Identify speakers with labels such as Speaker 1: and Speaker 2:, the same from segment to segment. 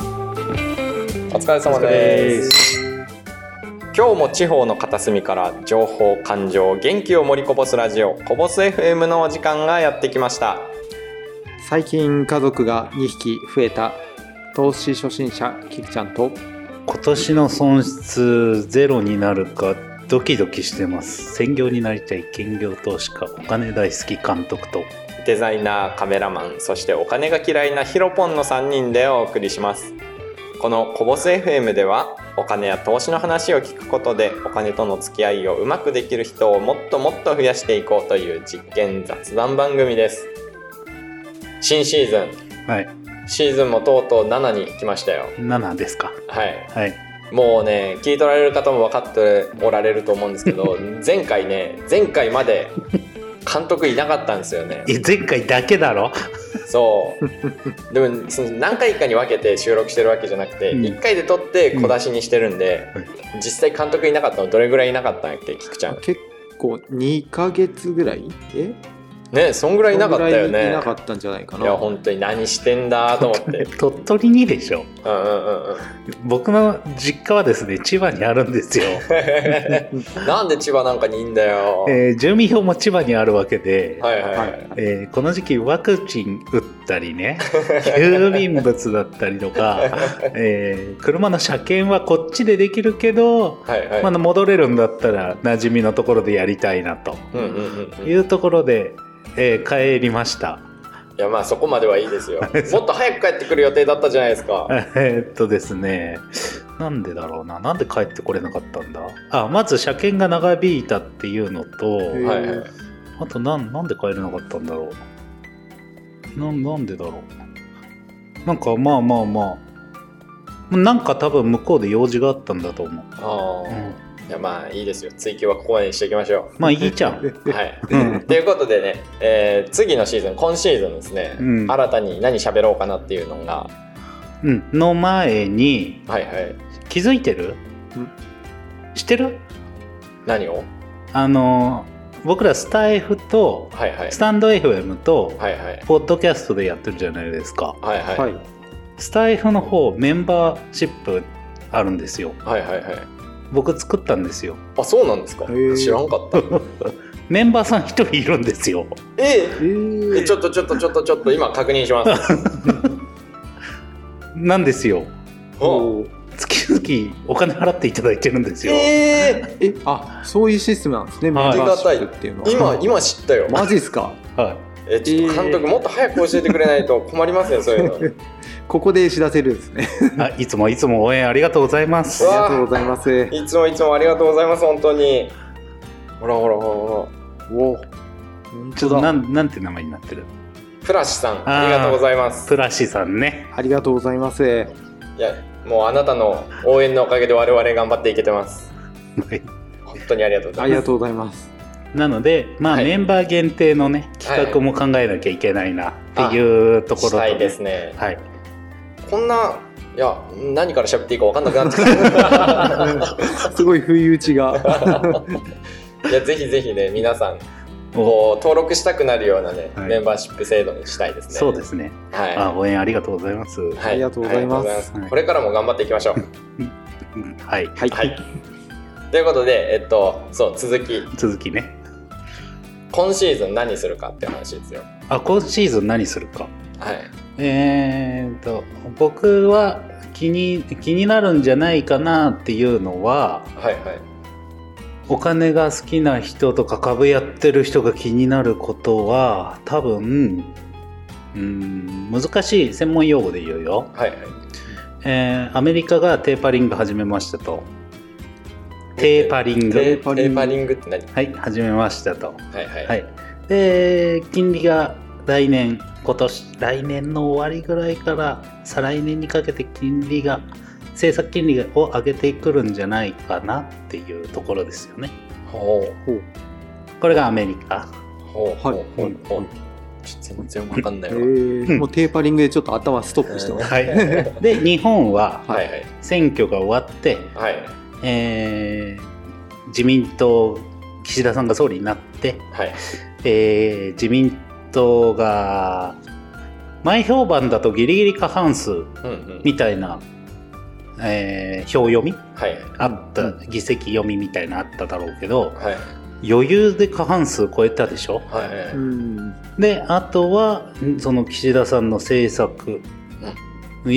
Speaker 1: お疲れ様です今日も地方の片隅から情報感情元気を盛りこぼすラジオこぼす FM のお時間がやってきました
Speaker 2: 最近家族が2匹増えた投資初心者キキちゃんと
Speaker 3: 今年の損失ゼロになるかドキドキしてます専業になりたい兼業投資家お金大好き監督と
Speaker 1: デザイナーカメラマンそしてお金が嫌いなヒロポンの3人でお送りしますこのこぼす FM ではお金や投資の話を聞くことでお金との付き合いをうまくできる人をもっともっと増やしていこうという実験雑談番組です新シーズン
Speaker 3: はい
Speaker 1: シーズンもとうとう7に来ましたよ
Speaker 3: 7ですか
Speaker 1: はい
Speaker 3: はい
Speaker 1: もうね聞いとられる方も分かっておられると思うんですけど前回ね前回まで監督いなかったんですよね
Speaker 3: え前回だけだろ
Speaker 1: そうでもその何回かに分けて収録してるわけじゃなくて、
Speaker 3: うん
Speaker 1: 一1回で撮って小出しにしてるんで、
Speaker 3: うん
Speaker 1: 実際監督いなかったのどれぐらいいなかったんやっけ菊ちゃん
Speaker 2: 結構2ヶ月ぐらいえ
Speaker 1: ねそんぐらいいなかったよ
Speaker 2: そのぐらい
Speaker 1: ね
Speaker 2: いなかったんじゃないか
Speaker 1: い
Speaker 2: な
Speaker 1: や本当に何してんだと思って
Speaker 3: 鳥取にでしょ
Speaker 1: うんうんうんうん
Speaker 3: 僕の実家はですね千葉にあるんですよ、
Speaker 1: なんで千葉なんかにいんだよ、
Speaker 3: えー住民票も千葉にあるわけで、
Speaker 1: はいはい、は
Speaker 2: はいい、
Speaker 3: えーこの時期ワクチン打ったりね郵便物だったり とか、えー車の車検はこっちでできるけど、
Speaker 1: はいはい
Speaker 3: まあ、戻れるんだったら馴染みのところでやりたいなと
Speaker 1: うんうんうんうん
Speaker 3: いうところで、えー帰りました。
Speaker 1: いやまあそこまではいいです よもっと早く帰ってくる予定だったじゃないですか
Speaker 3: えーっとですねなんでだろうななんで帰ってこれなかったんだあまず車検が長引いたっていうのと、
Speaker 2: へー
Speaker 1: はいはい
Speaker 3: あとなんなんで帰れなかったんだろうなんなんでだろうなんかまあまあまあなんか多分向こうで用事があったんだと思う、
Speaker 1: あ
Speaker 3: う
Speaker 1: ー
Speaker 3: ん
Speaker 1: いやまあいいですよ追求はここまでにしていきましょ
Speaker 3: まあいいじゃん
Speaker 2: え
Speaker 1: うはい
Speaker 3: うん
Speaker 1: ということでね、えー次のシーズン今シーズンですね、
Speaker 3: うん
Speaker 1: 新たに何喋ろうかなっていうのが
Speaker 3: うんの前に
Speaker 1: はいはい
Speaker 3: 気づいてる
Speaker 2: うん
Speaker 3: 知ってる
Speaker 1: 何を
Speaker 3: あの僕らスタイフと
Speaker 1: はいはい
Speaker 3: スタンド FM と
Speaker 1: はいはい
Speaker 3: ポッドキャストでやってるじゃないですか
Speaker 1: はいはいは
Speaker 2: はいい
Speaker 3: スタイフの方メンバーシップあるんですよ
Speaker 1: はいはい
Speaker 3: 僕作ったんですよ
Speaker 1: あそうなんですか
Speaker 2: へー
Speaker 1: 知らんか った
Speaker 3: メンバーさん一人いるんですよ
Speaker 1: え
Speaker 2: え
Speaker 1: ー
Speaker 2: ー
Speaker 1: えちょっとちょっとちょっとちょっと今確認します
Speaker 3: なんですよ
Speaker 1: おう
Speaker 2: おー
Speaker 3: 月々お金払っていただいてるんですよ、
Speaker 1: えー
Speaker 2: えあそういうシステムなんですね
Speaker 3: はい
Speaker 2: メンバーシップってい うのは
Speaker 1: 今今知ったよ
Speaker 2: マジっすか
Speaker 3: はい、
Speaker 1: えちょっと監督
Speaker 2: えー
Speaker 1: もっと早く教えてくれないと困りますねそういうの
Speaker 2: ここで知らせるんですね
Speaker 3: あいつもいつも応援ありがとうございます
Speaker 1: う
Speaker 2: あり
Speaker 1: わ
Speaker 2: がとうございま す
Speaker 1: いつもいつもありがとうございます本当にほらほらほらほら
Speaker 2: お本
Speaker 3: ちょ
Speaker 2: 当
Speaker 3: っとな
Speaker 2: だ
Speaker 3: んなんて名前になってる
Speaker 1: フラッシュさん
Speaker 3: あ
Speaker 1: あ
Speaker 3: ー
Speaker 1: りがとうございます
Speaker 3: プラシさんね
Speaker 2: ありがとうございます
Speaker 1: いやもうあなたの応援のおかげで我々頑張っていけてます
Speaker 3: はい
Speaker 1: 本当にありがとうござ
Speaker 2: あ
Speaker 1: い
Speaker 2: り
Speaker 1: ま
Speaker 2: が
Speaker 1: す
Speaker 2: とうござ います
Speaker 3: なのでまあ、
Speaker 1: はい
Speaker 3: メンバー限定のね企画も考えなきゃいけないなっていうところと
Speaker 1: した
Speaker 3: ね、
Speaker 1: いですね
Speaker 3: はい
Speaker 1: こんないや何から喋っていいか分かんなくなってきた
Speaker 2: すごい不意打ちが
Speaker 1: いやぜひぜひね皆さん
Speaker 3: お
Speaker 1: こう登録したくなるようなね、
Speaker 3: はい
Speaker 1: メンバーシップ制度にしたいですね
Speaker 3: そうですね、
Speaker 1: はい
Speaker 3: あ応援ありがとうございます
Speaker 1: は
Speaker 2: ありがとうございます
Speaker 1: ありがとうござい
Speaker 3: はい
Speaker 1: これからも頑張っていきましょう
Speaker 3: うんはい
Speaker 2: はい、
Speaker 1: はいということでえっとそう続き
Speaker 3: 続きね
Speaker 1: 今シーズン何するかって話ですよ
Speaker 3: あ今シーズン何するか
Speaker 1: はい
Speaker 3: えー、と僕は気に気になるんじゃないかなっていうのは
Speaker 1: はいはい
Speaker 3: お金が好きな人とか株やってる人が気になることは多分うん難しい専門用語で言うよ、
Speaker 1: はいはい
Speaker 3: えーアメリカがテーパリング始めましたとテーパリン
Speaker 1: テ
Speaker 3: グ
Speaker 1: ーパリングテーパリングって何
Speaker 3: はい始めましたと
Speaker 1: はいはい
Speaker 3: はい、で金利が来年今年来年の終わりぐらいから再来年にかけて金利が政策金利を上げてくるんじゃないかなっていうところですよね
Speaker 1: ほう
Speaker 2: ほう
Speaker 3: これがアメリカ
Speaker 1: ほうほうほうほ
Speaker 2: は
Speaker 1: う
Speaker 2: い
Speaker 1: ちょっと全然わかんな
Speaker 2: え
Speaker 1: いわ
Speaker 2: ーもうテーパリングでちょっと頭ストップしてます
Speaker 3: はいで日本は
Speaker 1: はいはい
Speaker 3: 選挙が終わって、
Speaker 1: はい
Speaker 3: えー自民党岸田さんが総理になって、
Speaker 1: はい
Speaker 3: えー自民党が前評判だとギリギリ過半数
Speaker 1: うんうん
Speaker 3: みたいな、えー票読み
Speaker 1: はい
Speaker 3: あった、議席読みみたいなあっただろうけど
Speaker 1: はい
Speaker 3: 余裕で過半数超えたでしょ
Speaker 1: はいはい
Speaker 2: うん
Speaker 3: であとはんその岸田さんの政策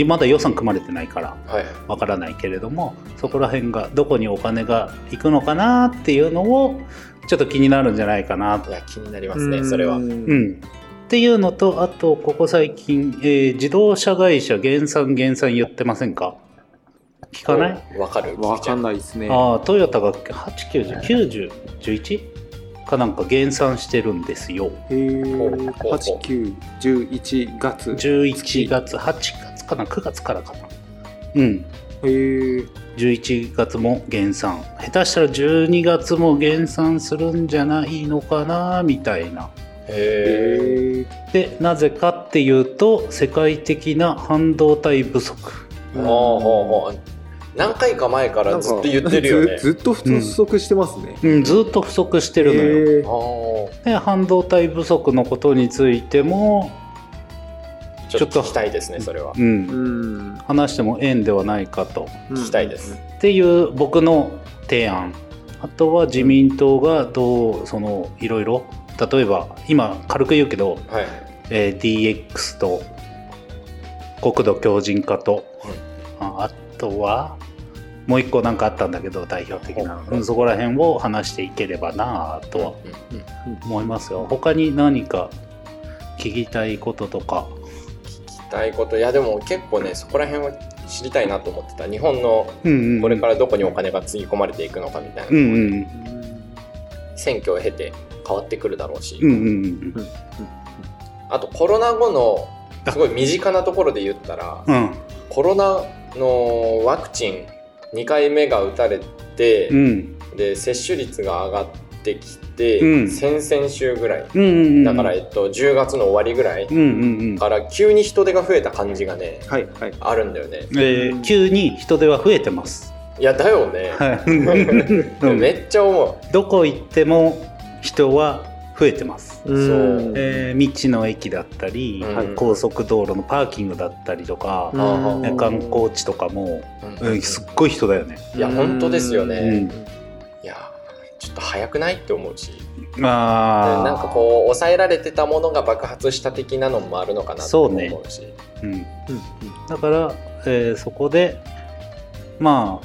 Speaker 3: まだ予算組まれてないから
Speaker 1: はい
Speaker 3: わからないけれどもそこら辺がどこにお金が行くのかなっていうのをちょっと気になるんじゃないかない
Speaker 1: や気になりますねそれは
Speaker 2: うん
Speaker 3: うん、っていうのとあとここ最近、えー自動車会社減産減産言ってませんか聞かない
Speaker 1: わかる
Speaker 2: わかん
Speaker 1: ない
Speaker 2: ないですね
Speaker 3: ああトヨタが8909011かなんか減産してるんですよ
Speaker 2: へえ
Speaker 1: ほうほうほう
Speaker 2: 8911月
Speaker 3: 11月8月かな9月からかなうん
Speaker 2: へえ
Speaker 3: 11月も減産下手したら12月も減産するんじゃないのかなみたいな
Speaker 1: へえ
Speaker 2: へ
Speaker 3: でなぜかっていうと世界的な半導体不足
Speaker 1: ほうほうほう何回か前からずっと言ってるよね
Speaker 2: ずずっと不足してますね、
Speaker 3: うん、ずっと不足してるのよ。
Speaker 2: へ
Speaker 1: あー
Speaker 2: え
Speaker 3: で半導体不足のことについても、
Speaker 1: ちょっと聞きたいですねそれは
Speaker 3: う、
Speaker 2: うんん
Speaker 3: 話しても縁ではないかと。
Speaker 1: 聞きたいです
Speaker 3: っていう僕の提案。あとは自民党がどうそのいろいろ例えば今軽く言うけど、
Speaker 1: はい
Speaker 3: えー DX と国土強靭化と、ああとはもう一個なんかあったんだけど代表的な、
Speaker 1: ほう
Speaker 3: うん、そこら辺を話していければなぁとは
Speaker 1: うんうん
Speaker 3: 思いますよ他に何か聞きたいこととか
Speaker 1: 聞きたいこといやでも結構ねそこら辺は知りたいなと思ってた日本の
Speaker 3: うんうん
Speaker 1: これかららどこにお金がつぎ込まれていくのかみたいな、
Speaker 3: うんうん
Speaker 1: 選挙を経て変わってくるだろうし、
Speaker 3: うんうんうん
Speaker 1: あとコロナ後のすごい身近なところで言ったら
Speaker 3: うん
Speaker 1: コロナのワクチン2回目が打たれて、
Speaker 3: うん
Speaker 1: で接種率が上がってきて、
Speaker 3: うん
Speaker 1: 先々週ぐらい
Speaker 3: うんうん
Speaker 1: だから、
Speaker 3: う
Speaker 1: え
Speaker 3: ん
Speaker 1: っと、10月の終わりぐらい
Speaker 3: うんうん
Speaker 1: から急に人手が増えた感じがね
Speaker 2: はいはい
Speaker 1: あるんだよね
Speaker 3: えー急に人手は増え てます
Speaker 1: いやだよね、
Speaker 3: はいう ん
Speaker 1: めっちゃ思う
Speaker 3: どこ行っても人は増えてます、
Speaker 2: うん
Speaker 1: そう
Speaker 3: えー道の駅だったり、
Speaker 1: うん
Speaker 3: 高速道路のパーキングだったりとか、
Speaker 1: あ
Speaker 2: うん
Speaker 1: ー
Speaker 3: 観光地とかも、
Speaker 1: うん
Speaker 3: うん、すっごい人だよね、
Speaker 1: いや本当ですよ
Speaker 3: う
Speaker 1: ね、
Speaker 3: ん、
Speaker 1: いやちょっと早くないって思うし
Speaker 3: まあ
Speaker 1: なんかこう抑えられてたものが爆発した的なのもあるのかなと
Speaker 3: そうね
Speaker 1: 思うし
Speaker 3: う、うん、
Speaker 2: うん
Speaker 3: だから、えーそこでま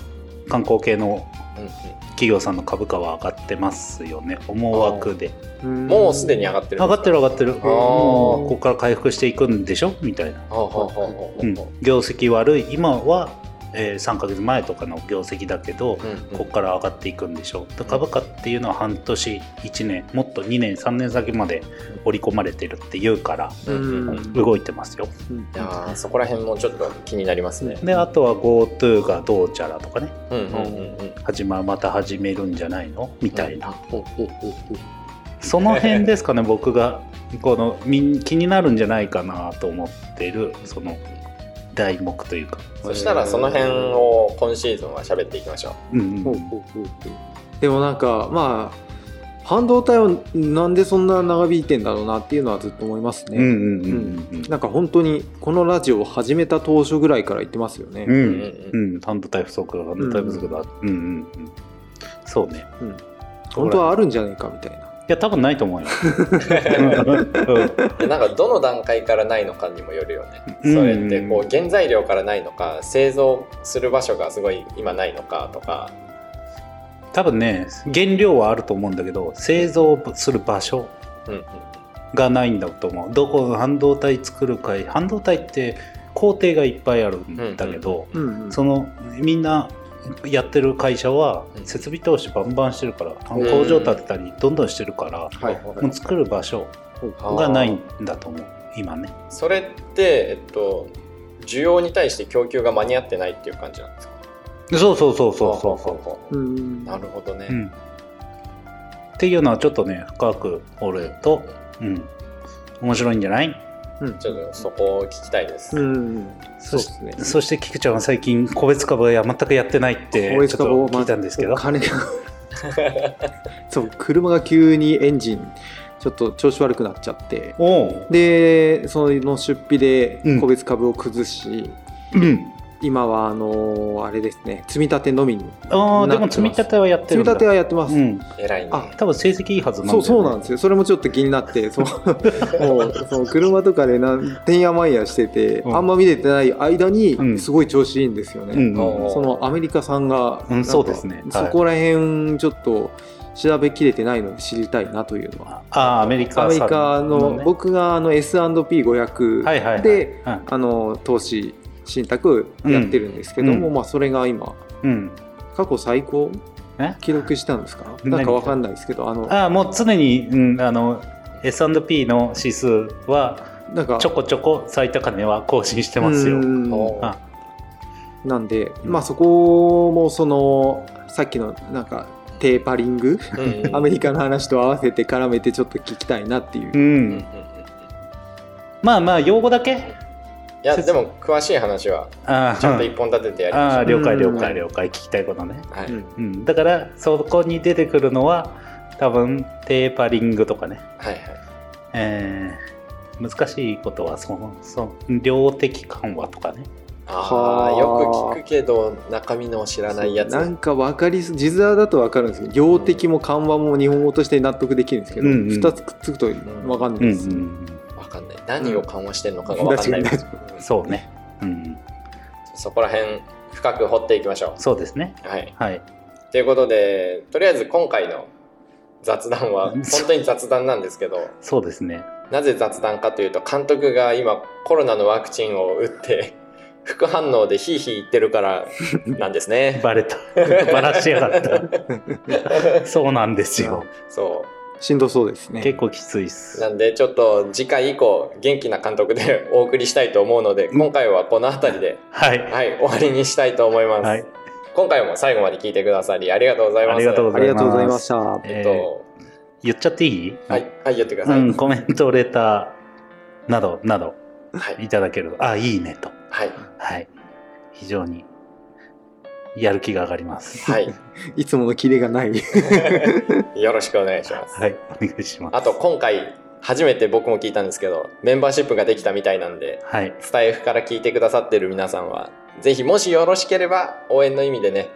Speaker 3: あ観光系の
Speaker 1: うんうん
Speaker 3: 企業さんの株価は上がってますよね思惑で
Speaker 2: うん
Speaker 1: もうすでに上がってる
Speaker 3: 上がってる上がってる
Speaker 1: ー
Speaker 3: もうここから回復していくんでしょみたいな、
Speaker 1: ほうほうほうほう
Speaker 3: うん
Speaker 1: ほう、
Speaker 3: 業績悪い今は、え3ヶ月前とかの業績だけど、
Speaker 1: うんうん
Speaker 3: ここから上がっていくんでしょだから株価っていうのは半年1年もっと2年3年先まで織り込まれてるっていうから
Speaker 2: うん
Speaker 3: 動いてますよ
Speaker 2: うん
Speaker 1: いやーそこら辺もちょっと気になりますね
Speaker 3: であとは GoTo がどうちゃらとかね
Speaker 1: うんうんうんうん
Speaker 3: 始ままた始めるんじゃないのみたいな、
Speaker 1: ほうほうほうほう
Speaker 3: その辺ですかね僕がこのみん気になるんじゃないかなと思ってるその題目というか、
Speaker 1: そしたらその辺を今シーズンは喋っていきましょ
Speaker 3: うんう
Speaker 2: ほうんほうほうほうでもなんかまあ半導体はなんでそんな長引いてんだろうなっていうのはずっと思いますね、
Speaker 3: うんうんうんうん
Speaker 2: なんか本当にこのラジオを始めた当初ぐらいから言ってますよね、
Speaker 1: う、
Speaker 3: うん
Speaker 1: うん
Speaker 3: う
Speaker 1: うん
Speaker 3: ん半導体不足だ半導体不足だうんうんうんそうね
Speaker 2: 本当はあるんじゃないかみたいない
Speaker 3: や多分ないと 思うよ。うん
Speaker 1: でなんかどの段階からないのかにもよるよね、
Speaker 3: うん
Speaker 1: それってこう原材料からないのか製造する場所がすごい今ないのかとか
Speaker 3: 多分ね原料はあると思うんだけど製造する場所
Speaker 1: うんうん
Speaker 3: がないんだと思うどこ半導体作るかい半導体って工程がいっぱいあるんだけど、
Speaker 2: うんうん
Speaker 3: そのみんなやってる会社は
Speaker 1: うん
Speaker 3: 設備投資バンバンしてるからあの
Speaker 1: うん
Speaker 3: 工場建てたりどんどんしてるから、
Speaker 2: はい
Speaker 3: もう作る場所
Speaker 1: あー
Speaker 3: がないんだと思う今ね
Speaker 1: それってえっと需要に対して供給が間に合ってないっていう感じなんですか
Speaker 3: そうそうそうそうそうそう
Speaker 1: う
Speaker 2: うん
Speaker 1: なるほどね、
Speaker 3: うん、っていうのはちょっとね深く掘ると、うん、面白いんじゃない
Speaker 1: ちょっとそこを聞きたいです、
Speaker 2: うん
Speaker 3: そ
Speaker 2: そうですね
Speaker 3: そして菊ちゃんは最近個別株は全くやってないって
Speaker 2: こういう
Speaker 3: ちょっと
Speaker 2: ま
Speaker 3: 聞 いたんですけど、
Speaker 2: お金がそう車が急にエンジンちょっと調子悪くなっちゃって
Speaker 3: おう
Speaker 2: でその出費で
Speaker 3: うん
Speaker 2: 個別株を崩し、
Speaker 3: うん
Speaker 2: 今はあのーあれですね積み立てのみに
Speaker 3: ああ
Speaker 2: な
Speaker 3: で
Speaker 2: ってま
Speaker 3: も
Speaker 2: す
Speaker 3: 積み立てはやって
Speaker 2: 積
Speaker 3: る
Speaker 2: み
Speaker 3: んだ
Speaker 2: 立てはやってます、
Speaker 3: うん
Speaker 1: 偉いね
Speaker 2: あ
Speaker 3: 多分成績いいはずなんだ
Speaker 2: そ
Speaker 3: よ
Speaker 2: う
Speaker 3: ね
Speaker 2: そうなんですよそれもちょっと気になって そうもうそう車とかでなんてんやまんやしてて、
Speaker 3: うん
Speaker 2: あんま見れてない間
Speaker 3: う
Speaker 2: に
Speaker 3: ん
Speaker 2: すごい調子いいんですよね、
Speaker 3: うんうん
Speaker 1: おー
Speaker 2: そのアメリカさんが、
Speaker 3: うん
Speaker 2: なんか
Speaker 3: そうですねはい
Speaker 2: そこら辺ちょっと調べきれてないので知りたいなというのは
Speaker 3: ああーアメリカ
Speaker 2: アメリ
Speaker 3: さ
Speaker 2: カ
Speaker 3: ん
Speaker 2: の
Speaker 3: ね
Speaker 2: 僕があの S&P500 で、
Speaker 3: はいはいはいうん
Speaker 2: あの投資信託やってるんですけども、
Speaker 3: う
Speaker 2: まあ、それが今
Speaker 3: うん
Speaker 2: 過去最高
Speaker 3: え
Speaker 2: 記録したんですか
Speaker 3: 何
Speaker 2: なんかわかんないですけどあの
Speaker 3: ああもう常に、うん、あの S&P の指数は
Speaker 2: なんか
Speaker 3: ちょこちょこ最高値は更新してますよ
Speaker 2: う。ん
Speaker 1: お
Speaker 3: あ
Speaker 2: なんで、
Speaker 3: うん
Speaker 2: まあ、そこもそのさっきのなんかテーパリング
Speaker 1: うんうん
Speaker 2: アメリカの話と合わせて絡めてちょっと聞きたいなっていうう、
Speaker 1: うんうんうん
Speaker 3: ん、
Speaker 1: い
Speaker 3: まあまあ用語だけ
Speaker 1: やでも詳しい話は
Speaker 3: あー
Speaker 1: ちゃんと一本立ててやりまし
Speaker 3: あ
Speaker 1: ょ
Speaker 3: ー
Speaker 1: う
Speaker 3: 了解
Speaker 2: うん
Speaker 3: 了解了解聞きたいことね、
Speaker 1: はい
Speaker 2: うん
Speaker 3: うん、だからそこに出てくるのは多分テーパリングとかね、
Speaker 1: はいはい
Speaker 3: えー難しいことはそのその量的緩和とかね
Speaker 1: あ
Speaker 2: は
Speaker 1: あ
Speaker 2: ー
Speaker 1: よく聞くけど中身の知らないやつ
Speaker 2: なんか分かりす地面だと分かるんですけど量的も緩和も日本語として納得できるんですけど、
Speaker 3: う
Speaker 2: 二
Speaker 3: んうん
Speaker 2: 2つくっつくと分かんない
Speaker 3: うん、う
Speaker 2: です、
Speaker 3: ん、
Speaker 1: わかんない何を緩和してるのかがわかんない、
Speaker 2: うん確
Speaker 3: そうね、うん、
Speaker 1: そこら辺深く掘っていきましょ
Speaker 3: そうですね
Speaker 1: うはい
Speaker 3: はい
Speaker 1: ということでとりあえず今回の雑談は
Speaker 3: うん
Speaker 1: 本当に雑談なんですけど
Speaker 3: そうですね
Speaker 1: なぜ雑談かというと監督が今コロナのワクチンを打って 副反応でヒーヒー言ってる からなんですね
Speaker 3: バレた バラしやがった そうなんですよ
Speaker 1: そ
Speaker 2: しんどそうですね
Speaker 3: 結構きついっ
Speaker 1: う
Speaker 3: す
Speaker 1: なんでちょっと次回以降元気な監督でお送りしたいと思うので今回はこの辺りで、
Speaker 3: はい
Speaker 1: はい、終わりにしたいと思います、
Speaker 3: はい
Speaker 1: 今回も最後まで聞いてくださりありがとうございます
Speaker 3: ありがとうご
Speaker 2: ありがとうございました
Speaker 1: えっと、
Speaker 3: 言っちゃっていい、
Speaker 1: はい、はい、言ってくだ
Speaker 3: う
Speaker 1: さい。
Speaker 3: ん、コメントレターなどなど
Speaker 1: はい、
Speaker 3: いただけるとあいいねと
Speaker 1: はい、
Speaker 3: はい非常にやる気が上がります
Speaker 1: はい
Speaker 2: つものキレがない
Speaker 1: い、よろしくお願いします。
Speaker 3: はいお願いします
Speaker 1: あと、今回、初めて僕も聞いたんですけど、メンバーシップができたみたいなんで、
Speaker 3: はい
Speaker 1: スタイフから聞いてくださってる皆さんは、ぜひ、もしよろしければ、応援の意味でね、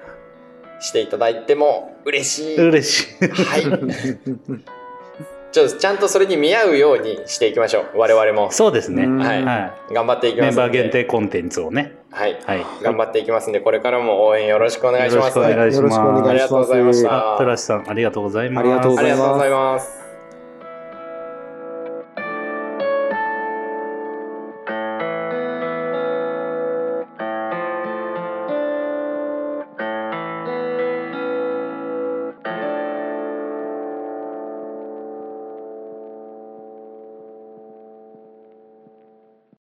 Speaker 1: していただいても嬉しい。は
Speaker 3: 嬉しい
Speaker 1: い。ちょっと、ちゃんとそれに見合うようにしていきましょう。我々も。
Speaker 3: そうですね、
Speaker 2: うん
Speaker 1: はい
Speaker 3: は
Speaker 1: 頑張ってい
Speaker 3: い、
Speaker 1: き
Speaker 3: メ
Speaker 1: ます
Speaker 3: ン
Speaker 1: んで
Speaker 3: バー限。定コンテンツをね
Speaker 1: はい。
Speaker 3: はいよ
Speaker 1: 頑張っていきますんで、これからも応援よろしくお願いします。
Speaker 3: よろしくお願いします
Speaker 2: よろしくお願
Speaker 1: あり
Speaker 2: いします
Speaker 1: がとうございました
Speaker 3: あプラスさんありがとうございます
Speaker 2: ありがとうございます
Speaker 1: ありがとうございます。